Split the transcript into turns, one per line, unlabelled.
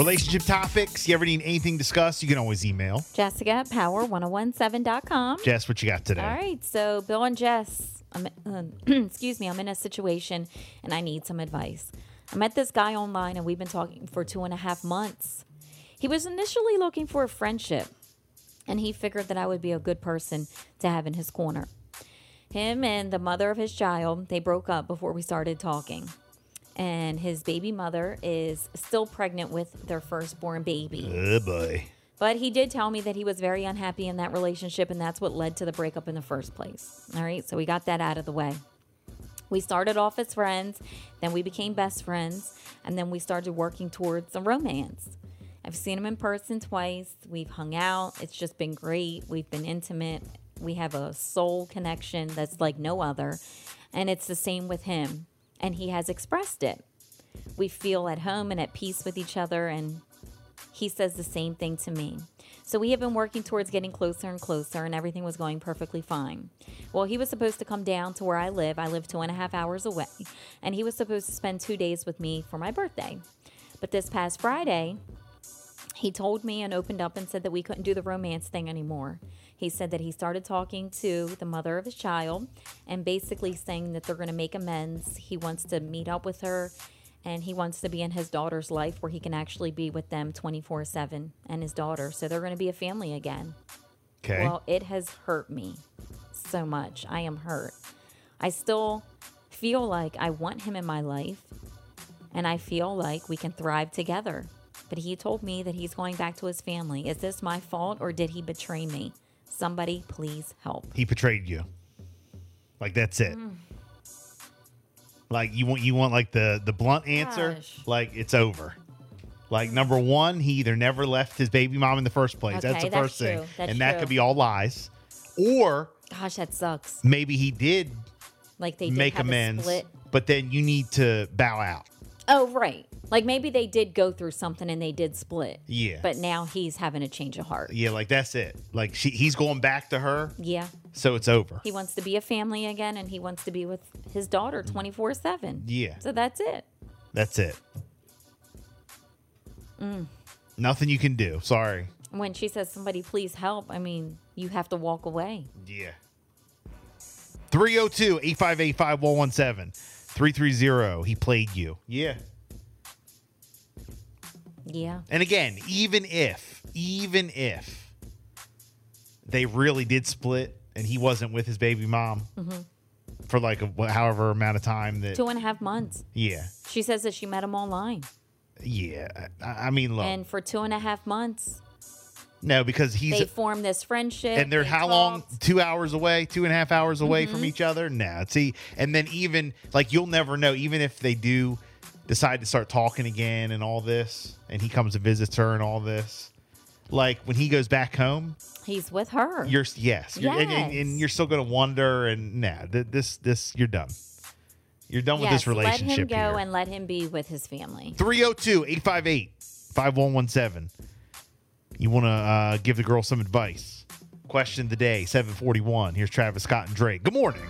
Relationship topics. You ever need anything discussed? You can always email.
Jessica at power1017.com.
Jess, what you got today?
All right, so Bill and Jess, I'm, excuse me, I'm in a situation and I need some advice. I met this guy online and we've been talking for two and a half months. He was initially looking for a friendship and he figured that I would be a good person to have in his corner. Him and the mother of his child, they broke up before we started talking. And his baby mother is still pregnant with their firstborn baby.
Oh boy.
But he did tell me that he was very unhappy in that relationship, and that's what led to the breakup in the first place. All right, so we got that out of the way. We started off as friends, then we became best friends, and then we started working towards a romance. I've seen him in person twice. We've hung out. It's just been great. We've been intimate. We have a soul connection that's like no other. And it's the same with him. And he has expressed it. We feel at home and at peace with each other. And he says the same thing to me. So we have been working towards getting closer and closer, and everything was going perfectly fine. Well, he was supposed to come down to where I live. I live two and a half hours away, and he was supposed to spend two days with me for my birthday. But this past Friday, he told me and opened up and said that we couldn't do the romance thing anymore. He said that he started talking to the mother of his child and basically saying that they're going to make amends. He wants to meet up with her and he wants to be in his daughter's life where he can actually be with them 24 7 and his daughter. So they're going to be a family again.
Okay.
Well, it has hurt me so much. I am hurt. I still feel like I want him in my life and I feel like we can thrive together. But he told me that he's going back to his family. Is this my fault or did he betray me? Somebody, please help.
he betrayed you. Like that's it.
Hmm.
Like you want you want like the the blunt answer.
Gosh.
Like it's over. Like number one, he either never left his baby mom in the first place. that's
Okay,
the
that's
first thing,
true. That's
and that
true.
could be all lies, or
Gosh, that sucks.
maybe he did
Like they did
make
have a
amends,
split.
but then you need to bow out.
Oh, right. Like maybe they did go through something and they did split.
Yeah.
But now he's having a change of heart.
Yeah, like that's it. Like she, he's going back to her,
Yeah.
so it's over.
He wants to be a family again and he wants to be with his daughter 24 7.
Yeah.
So that's it.
That's it.
Mm.
Nothing you can do. Sorry.
When she says, somebody, please help, I mean, you have to walk away.
Yeah. 302 858 5117 330. He played you. Yeah.
Yeah.
And again, even if, even if they really did split and he wasn't with his baby mom for like a, wh- however amount of time that.
Mm-hmm. Two and a half months.
Yeah.
She says that she met him online.
Yeah. I, I mean, look.
And for two and a half months,
no, because he's.
they formed this friendship.
and they're
they
how long?
talked.
Two hours away, two and a half hours away
Mm-hmm.
from each other. Nah, see, and then even like you'll never know. Even if they do decide to start talking again and all this, and he comes and visits her and all this, like when he goes back home,
He's with her.
you're yes, you're, and, and, and
Yes.
you're still gonna wonder. And nah, th- this this you're done. You're done with this
Let him
relationship.
go
here.
and let him be with his family.
302 858 5117. You want to uh, give the girl some advice? Question of the day, 741. Here's Travis Scott and Drake. Good morning.